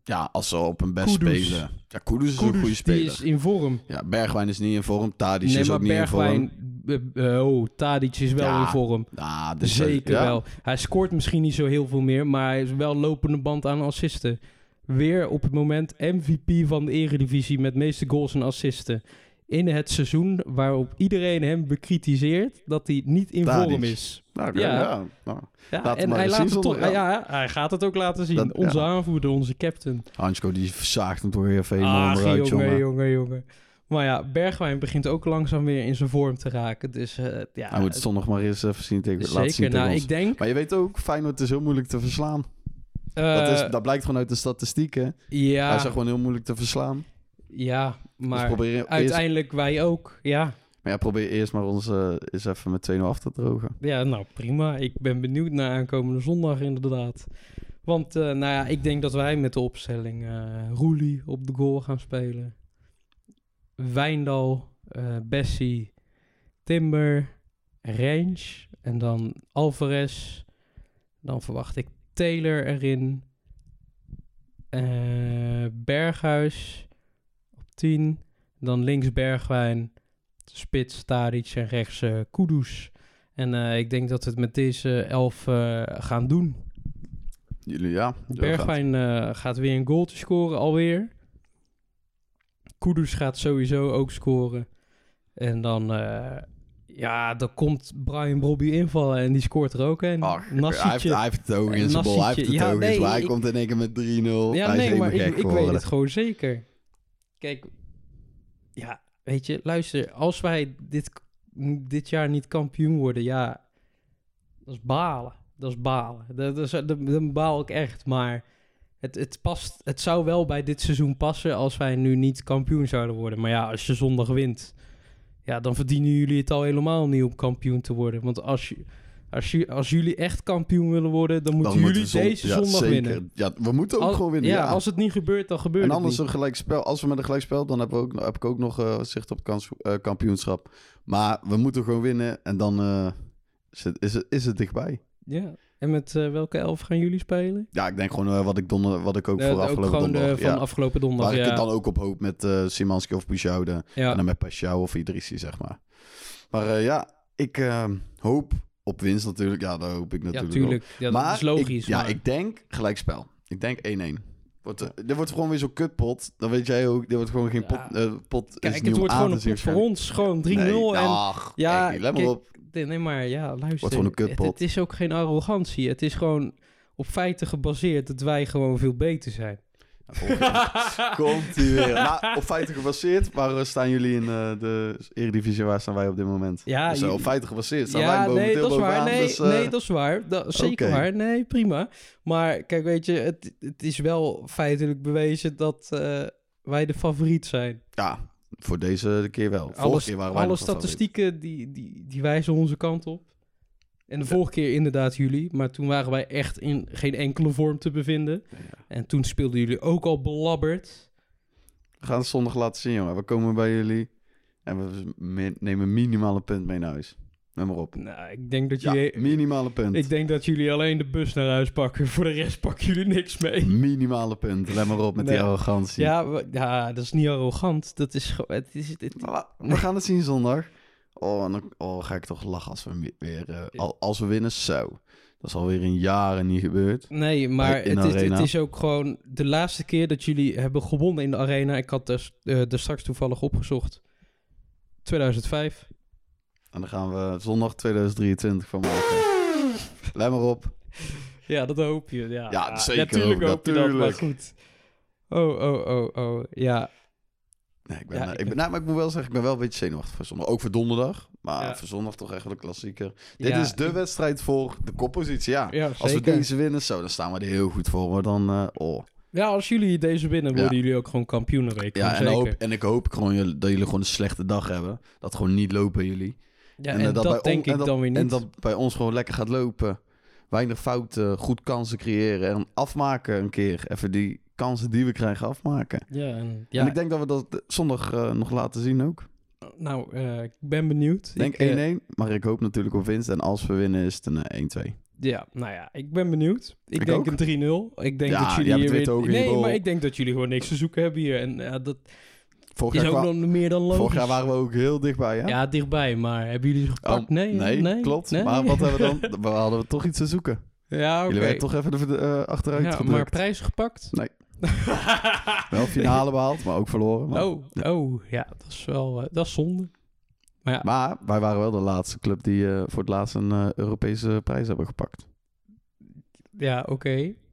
Speaker 3: Ja, als ze op een best
Speaker 2: Kudus.
Speaker 3: spelen. Ja, Kudus is een
Speaker 2: Kudus,
Speaker 3: goede
Speaker 2: die
Speaker 3: speler.
Speaker 2: is in vorm.
Speaker 3: Ja, Bergwijn is niet in vorm. Tadic
Speaker 2: nee,
Speaker 3: is dus
Speaker 2: maar
Speaker 3: ook niet in vorm.
Speaker 2: Bergwijn... eh, eh, oh, Tadic is wel
Speaker 3: Ja,
Speaker 2: in vorm.
Speaker 3: Ja, dus
Speaker 2: Zeker
Speaker 3: ja.
Speaker 2: wel. Hij scoort misschien niet zo heel veel meer, maar hij is wel lopende band aan assisten. Weer op het moment MVP van de Eredivisie met meeste goals en assisten. In het seizoen waarop iedereen hem bekritiseert dat hij niet in
Speaker 3: Tadic.
Speaker 2: vorm is.
Speaker 3: Nou, oké,
Speaker 2: Ja.
Speaker 3: ja. nou,
Speaker 2: Ja,
Speaker 3: Laat hem
Speaker 2: en
Speaker 3: maar
Speaker 2: hij,
Speaker 3: eens
Speaker 2: laat
Speaker 3: zien
Speaker 2: het toch,
Speaker 3: zondag,
Speaker 2: ja, hij gaat het ook laten zien.
Speaker 3: Dat-
Speaker 2: onze
Speaker 3: ja.
Speaker 2: aanvoerder, onze captain.
Speaker 3: Hansko die verzaagt hem toch weer even helemaal
Speaker 2: Ah, jongen,
Speaker 3: onderuit, jongen.
Speaker 2: jongen, jongen, Maar ja, Bergwijn begint ook langzaam weer in zijn vorm te raken. Dus eh, ja,
Speaker 3: Hij moet het zondag maar eens even zien tegen, laten zien
Speaker 2: zeker.
Speaker 3: tegen
Speaker 2: Nou,
Speaker 3: ons.
Speaker 2: ik denk...
Speaker 3: Maar je weet ook, Feyenoord is heel moeilijk te verslaan. dat,
Speaker 2: eh,
Speaker 3: is, dat blijkt gewoon uit de statistieken. Hij
Speaker 2: ja,
Speaker 3: is gewoon heel moeilijk te verslaan.
Speaker 2: ja,
Speaker 3: dus
Speaker 2: maar...
Speaker 3: probeer eerst,
Speaker 2: Uiteindelijk wij ook, ja.
Speaker 3: maar ja, probeer eerst maar ons eh, eens even met 2-0 af te drogen.
Speaker 2: Ja, nou prima. Ik ben benieuwd naar aankomende zondag inderdaad. Want eh, nou ja, ik denk dat wij met de opstelling eh Roelie op de goal gaan spelen. Wijndal, eh, Bessie, Timber, Range en dan Alvarez. Dan verwacht ik Taylor erin. Eh, Berghuis op 10. Dan links Bergwijn, spits Tadic en rechts eh Kudus. En eh, ik denk dat we het met deze elf eh, gaan doen.
Speaker 3: Jullie, ja.
Speaker 2: Bergwijn eh, gaat weer een goal te scoren alweer. Kudus gaat sowieso ook scoren. En dan, eh, ja, dan komt Brian Brobby invallen en die scoort er ook een.
Speaker 3: Ach, hij, heeft,
Speaker 2: Nassietje.
Speaker 3: hij heeft het hoog in zijn bol. Hij heeft het
Speaker 2: Nassietje. Ja,
Speaker 3: hoog in
Speaker 2: nee,
Speaker 3: zijn bol. Hij
Speaker 2: ik-
Speaker 3: komt in één keer met 3-0.
Speaker 2: Ja,
Speaker 3: hij is
Speaker 2: nee, maar
Speaker 3: helemaal
Speaker 2: ik,
Speaker 3: gek
Speaker 2: ik weet
Speaker 3: geworden.
Speaker 2: het gewoon zeker. Kijk, ja, weet je, luister, als wij dit, dit jaar niet kampioen worden, ja, dat is balen. Dat is balen. Dat, dat, is- dat- dan baal ik echt, maar Het, het, past, het zou wel bij dit seizoen passen als wij nu niet kampioen zouden worden. Maar ja, als je zondag wint, ja, dan verdienen jullie het al helemaal niet om kampioen te worden. Want als, je, als, je, als jullie echt kampioen willen worden, dan moeten jullie
Speaker 3: zon-
Speaker 2: deze
Speaker 3: ja,
Speaker 2: zondag
Speaker 3: zeker.
Speaker 2: winnen.
Speaker 3: Ja, we moeten ook
Speaker 2: Al-
Speaker 3: gewoon winnen.
Speaker 2: Ja,
Speaker 3: Ja,
Speaker 2: als het niet gebeurt, dan gebeurt
Speaker 3: en
Speaker 2: het
Speaker 3: anders
Speaker 2: niet.
Speaker 3: een gelijkspel. Als we met een gelijkspel, dan hebben we ook, heb ik ook nog eh, zicht op kans, eh, kampioenschap. Maar we moeten gewoon winnen en dan eh, is, het, is, het, is het dichtbij.
Speaker 2: Ja. En met eh, welke elf gaan jullie spelen?
Speaker 3: Ja, ik denk gewoon eh, wat, ik donder, wat ik ook
Speaker 2: Eh,
Speaker 3: voor
Speaker 2: ook
Speaker 3: afgelopen
Speaker 2: gewoon de-
Speaker 3: donderdag...
Speaker 2: van
Speaker 3: ja.
Speaker 2: afgelopen donderdag.
Speaker 3: Waar ik
Speaker 2: Ja.
Speaker 3: het dan ook op hoop met eh Simanski of Bouchaude.
Speaker 2: ja.
Speaker 3: En dan met Pashao of Idrissi, zeg maar. Maar eh, ja, ik eh, hoop op winst natuurlijk. Ja, daar hoop ik
Speaker 2: Ja,
Speaker 3: natuurlijk op.
Speaker 2: tuurlijk. Ja, dat
Speaker 3: Maar
Speaker 2: is logisch.
Speaker 3: Ik, ja,
Speaker 2: maar-
Speaker 3: ik denk gelijkspel. Ik denk 1-1. Wordt, eh, dit wordt gewoon weer zo'n kutpot. Dan weet jij ook, dit wordt gewoon geen
Speaker 2: Ja.
Speaker 3: pot. eh, pot is
Speaker 2: Kijk,
Speaker 3: niet
Speaker 2: het
Speaker 3: om
Speaker 2: wordt
Speaker 3: aan
Speaker 2: gewoon
Speaker 3: te
Speaker 2: een
Speaker 3: zien
Speaker 2: pot voor ons. Gewoon 3-0.
Speaker 3: waarschijnlijk. Nee,
Speaker 2: en
Speaker 3: ach,
Speaker 2: Ja,
Speaker 3: echt niet. let maar
Speaker 2: kijk,
Speaker 3: op.
Speaker 2: Nee, nee, maar ja, luister.
Speaker 3: Wat voor een
Speaker 2: het,
Speaker 3: kutpot.
Speaker 2: het is ook geen arrogantie. Het is gewoon op feiten gebaseerd dat wij gewoon veel beter zijn.
Speaker 3: Komt ie weer. Nou, op feiten gebaseerd. Waar eh, staan jullie in eh, de Eredivisie? Waar staan wij op dit moment?
Speaker 2: Ja,
Speaker 3: dus, eh,
Speaker 2: jullie-
Speaker 3: op feiten gebaseerd staan wij
Speaker 2: Ah, Ja,
Speaker 3: momenteel
Speaker 2: nee, dat is waar.
Speaker 3: bovenaan.
Speaker 2: Nee,
Speaker 3: dus, eh,
Speaker 2: nee dat is waar. Dat, is zeker
Speaker 3: oké.
Speaker 2: waar. Nee, prima. Maar kijk, weet je, het, het is wel feitelijk bewezen dat eh, wij de favoriet zijn.
Speaker 3: Ja, voor deze keer wel. Vorige
Speaker 2: Alles-
Speaker 3: keer waren wij
Speaker 2: alle
Speaker 3: nog wel
Speaker 2: statistieken die, die, die wijzen onze kant op. En de vorige keer inderdaad jullie, maar toen waren wij echt in geen enkele vorm te bevinden.
Speaker 3: favoriet. Ja.
Speaker 2: En toen speelden jullie ook al belabberd.
Speaker 3: We gaan het zondag laten zien, jongen. We komen bij jullie en we me- nemen minimaal een punt mee naar huis. Noem maar op.
Speaker 2: Nou, ik denk dat
Speaker 3: Ja,
Speaker 2: jullie...
Speaker 3: minimale punt.
Speaker 2: ik denk dat jullie alleen de bus naar huis pakken. Voor de rest pakken jullie niks mee.
Speaker 3: Minimale punt. Let maar op met
Speaker 2: Nee.
Speaker 3: die arrogantie.
Speaker 2: Ja, we- ja, dat is niet arrogant. Dat is gewoon... Het is, het,
Speaker 3: Nou, La- We gaan het zien zondag. Oh, en dan oh, ga ik toch lachen als we mi- weer... eh, al- als we winnen, zo. Dat is alweer in jaren niet gebeurd.
Speaker 2: Nee, maar
Speaker 3: in
Speaker 2: het
Speaker 3: de
Speaker 2: is,
Speaker 3: arena.
Speaker 2: het is ook gewoon de laatste keer dat jullie hebben gewonnen in de arena. Ik had er, eh er straks toevallig opgezocht. 2005.
Speaker 3: En dan gaan we zondag 2023 van maken. Let maar op.
Speaker 2: Ja, dat hoop je. Ja,
Speaker 3: Ja, zeker
Speaker 2: natuurlijk
Speaker 3: hoop ik dat,
Speaker 2: hoop je dat, maar
Speaker 3: tuurlijk.
Speaker 2: goed. Oh, oh, oh, oh. Ja,
Speaker 3: Nee, ik ben,
Speaker 2: Ja,
Speaker 3: eh,
Speaker 2: ik
Speaker 3: ik
Speaker 2: ben-
Speaker 3: ben, nou, maar ik moet wel zeggen, ik ben wel een beetje zenuwachtig voor zondag. Ook voor donderdag, maar
Speaker 2: Ja.
Speaker 3: voor zondag toch echt wel een klassieker. Dit
Speaker 2: Ja,
Speaker 3: is de
Speaker 2: ik-
Speaker 3: wedstrijd voor de koppositie, ja.
Speaker 2: ja,
Speaker 3: Als we
Speaker 2: zeker.
Speaker 3: deze winnen, zo, dan staan we er heel goed voor. Maar dan, eh, oh.
Speaker 2: Ja, als jullie deze winnen, worden jullie ook gewoon kampioenen. Weet ik
Speaker 3: Ja, en,
Speaker 2: gewoon
Speaker 3: dan
Speaker 2: zeker.
Speaker 3: hoop, en ik hoop gewoon jullie- dat jullie gewoon een slechte dag hebben. Dat gewoon niet lopen jullie.
Speaker 2: ja,
Speaker 3: en,
Speaker 2: en, dat,
Speaker 3: eh, dat bij on-
Speaker 2: denk
Speaker 3: en
Speaker 2: ik
Speaker 3: dat-
Speaker 2: dan weer niet.
Speaker 3: En dat bij ons gewoon lekker gaat lopen. Weinig fouten, goed kansen creëren en afmaken een keer. Even die kansen die we krijgen afmaken.
Speaker 2: ja, en, ja
Speaker 3: En ik denk dat we dat eh, zondag eh, nog laten zien ook.
Speaker 2: nou, eh, ik ben benieuwd.
Speaker 3: Ik denk
Speaker 2: Ik, eh,
Speaker 3: 1-1, maar ik hoop natuurlijk op winst. En als we winnen is het een eh, 1-2.
Speaker 2: Ja, nou ja, ik ben benieuwd. Ik,
Speaker 3: Ik
Speaker 2: denk
Speaker 3: ook.
Speaker 2: een 3-0. Ik denk
Speaker 3: Ja,
Speaker 2: dat
Speaker 3: jij
Speaker 2: jullie
Speaker 3: hebt
Speaker 2: hier
Speaker 3: het
Speaker 2: weer...
Speaker 3: ook in je
Speaker 2: nee,
Speaker 3: bol.
Speaker 2: maar ik denk dat jullie gewoon niks te zoeken hebben hier. En ja, dat
Speaker 3: Vorig,
Speaker 2: is
Speaker 3: jaar,
Speaker 2: ook
Speaker 3: kwa-
Speaker 2: nog meer dan logisch.
Speaker 3: vorig jaar waren we ook heel dichtbij, hè?
Speaker 2: Ja, dichtbij, maar hebben jullie ze gepakt?
Speaker 3: Oh,
Speaker 2: nee,
Speaker 3: nee, klopt.
Speaker 2: nee.
Speaker 3: Maar wat hebben we dan? We hadden we toch iets te zoeken.
Speaker 2: Ja, oké.
Speaker 3: Jullie werden toch even de, de, eh, achteruit
Speaker 2: Ja,
Speaker 3: gedrukt.
Speaker 2: maar prijs gepakt?
Speaker 3: Nee. Wel finale behaald, maar ook verloren. Maar,
Speaker 2: oh, oh, ja, dat is wel... eh, dat is zonde.
Speaker 3: maar wij waren wel de laatste club die eh, voor het laatst een eh, Europese prijs hebben gepakt.
Speaker 2: Ja, oké.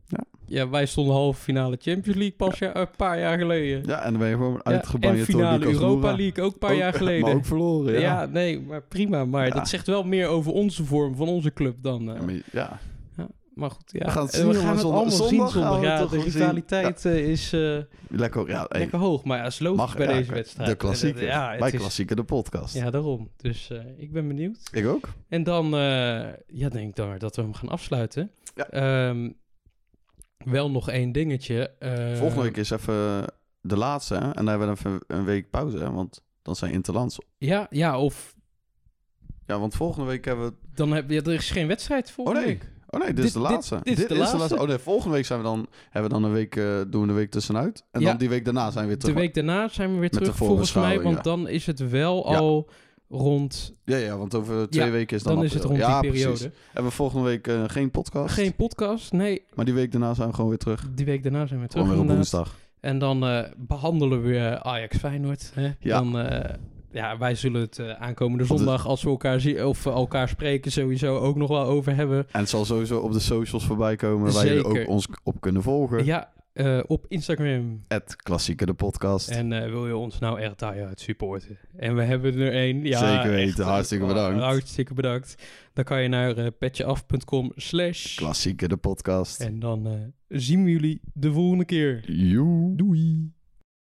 Speaker 3: Ja.
Speaker 2: ja, wij stonden halve finale Champions League pas ja- een paar jaar geleden.
Speaker 3: Ja, en dan ben je gewoon
Speaker 2: Ja, en
Speaker 3: uitgebanjeerd door
Speaker 2: finale
Speaker 3: Lucas
Speaker 2: Europa
Speaker 3: Moura.
Speaker 2: League ook een paar
Speaker 3: Ook-
Speaker 2: jaar geleden.
Speaker 3: Maar ook verloren, ja.
Speaker 2: Ja. nee, maar prima. Maar
Speaker 3: Ja.
Speaker 2: dat zegt wel meer over onze vorm van onze club dan. eh.
Speaker 3: Ja, maar, ja.
Speaker 2: maar goed, ja.
Speaker 3: We gaan het
Speaker 2: Eh,
Speaker 3: zien,
Speaker 2: we
Speaker 3: jongen,
Speaker 2: gaan het
Speaker 3: zondag-
Speaker 2: allemaal zien
Speaker 3: zondag gaan
Speaker 2: zondag.
Speaker 3: we
Speaker 2: Ja,
Speaker 3: toch
Speaker 2: de
Speaker 3: wel zien.
Speaker 2: rivaliteit eh, is eh,
Speaker 3: Lekker, ja, hey,
Speaker 2: lekker hoog. Maar ja, is logisch
Speaker 3: mag
Speaker 2: bij
Speaker 3: ja,
Speaker 2: deze wedstrijd. Eh,
Speaker 3: De
Speaker 2: klassiek
Speaker 3: klassieker. Wij klassieker de podcast.
Speaker 2: Ja, daarom. Dus eh, ik ben benieuwd.
Speaker 3: Ik ook.
Speaker 2: En dan eh, ja, denk ik dan dat we hem gaan afsluiten.
Speaker 3: Ja.
Speaker 2: Ehm, wel nog één dingetje. eh,
Speaker 3: Volgende week is even de laatste, hè? En dan hebben we even een week pauze, hè? Want dan zijn interlands.
Speaker 2: Ja, ja of
Speaker 3: Ja, want volgende week hebben we
Speaker 2: dan heb je... er is geen wedstrijd volgende
Speaker 3: Oh nee,
Speaker 2: week.
Speaker 3: oh nee, dit, is de
Speaker 2: Dit-
Speaker 3: laatste.
Speaker 2: dit- dit is de laatste.
Speaker 3: Oh nee, volgende week zijn we dan, hebben we dan een week, eh, doen we een week tussenuit. En
Speaker 2: Ja.
Speaker 3: dan die week daarna zijn we weer
Speaker 2: De
Speaker 3: terug.
Speaker 2: week daarna zijn we weer
Speaker 3: de
Speaker 2: terug, volgens mij. Want
Speaker 3: voorbeschouwing,
Speaker 2: dan is het wel
Speaker 3: Ja.
Speaker 2: al rond...
Speaker 3: Ja, ja, want over twee
Speaker 2: Ja,
Speaker 3: weken is dan
Speaker 2: Dan is het
Speaker 3: april.
Speaker 2: rond
Speaker 3: ja,
Speaker 2: die periode.
Speaker 3: Precies. Hebben we volgende week eh, geen podcast.
Speaker 2: Geen podcast. Nee,
Speaker 3: Maar die week daarna zijn we gewoon weer terug.
Speaker 2: die week daarna zijn we terug.
Speaker 3: Gewoon weer op
Speaker 2: inderdaad.
Speaker 3: woensdag.
Speaker 2: En dan eh, behandelen we eh, Ajax Feyenoord. Hè?
Speaker 3: Ja.
Speaker 2: Dan, eh, ja, wij zullen het eh, aankomende
Speaker 3: Want het-
Speaker 2: zondag, als we elkaar zien of we elkaar spreken, sowieso ook nog wel over hebben.
Speaker 3: En het zal sowieso op de socials voorbij komen, waar jullie
Speaker 2: Zeker.
Speaker 3: ook ons k- op kunnen volgen.
Speaker 2: Ja, eh, op Instagram.
Speaker 3: Het klassieke de podcast.
Speaker 2: En eh, wil je ons nou echt daaruit supporten? En we hebben er één. Ja,
Speaker 3: Zeker weten,
Speaker 2: eh,
Speaker 3: hartstikke bedankt.
Speaker 2: Hartstikke bedankt. Dan kan je naar eh, petjeaf.com slash.
Speaker 3: Klassieke de podcast.
Speaker 2: En dan eh, zien we jullie de volgende keer.
Speaker 3: Joe.
Speaker 2: Doei.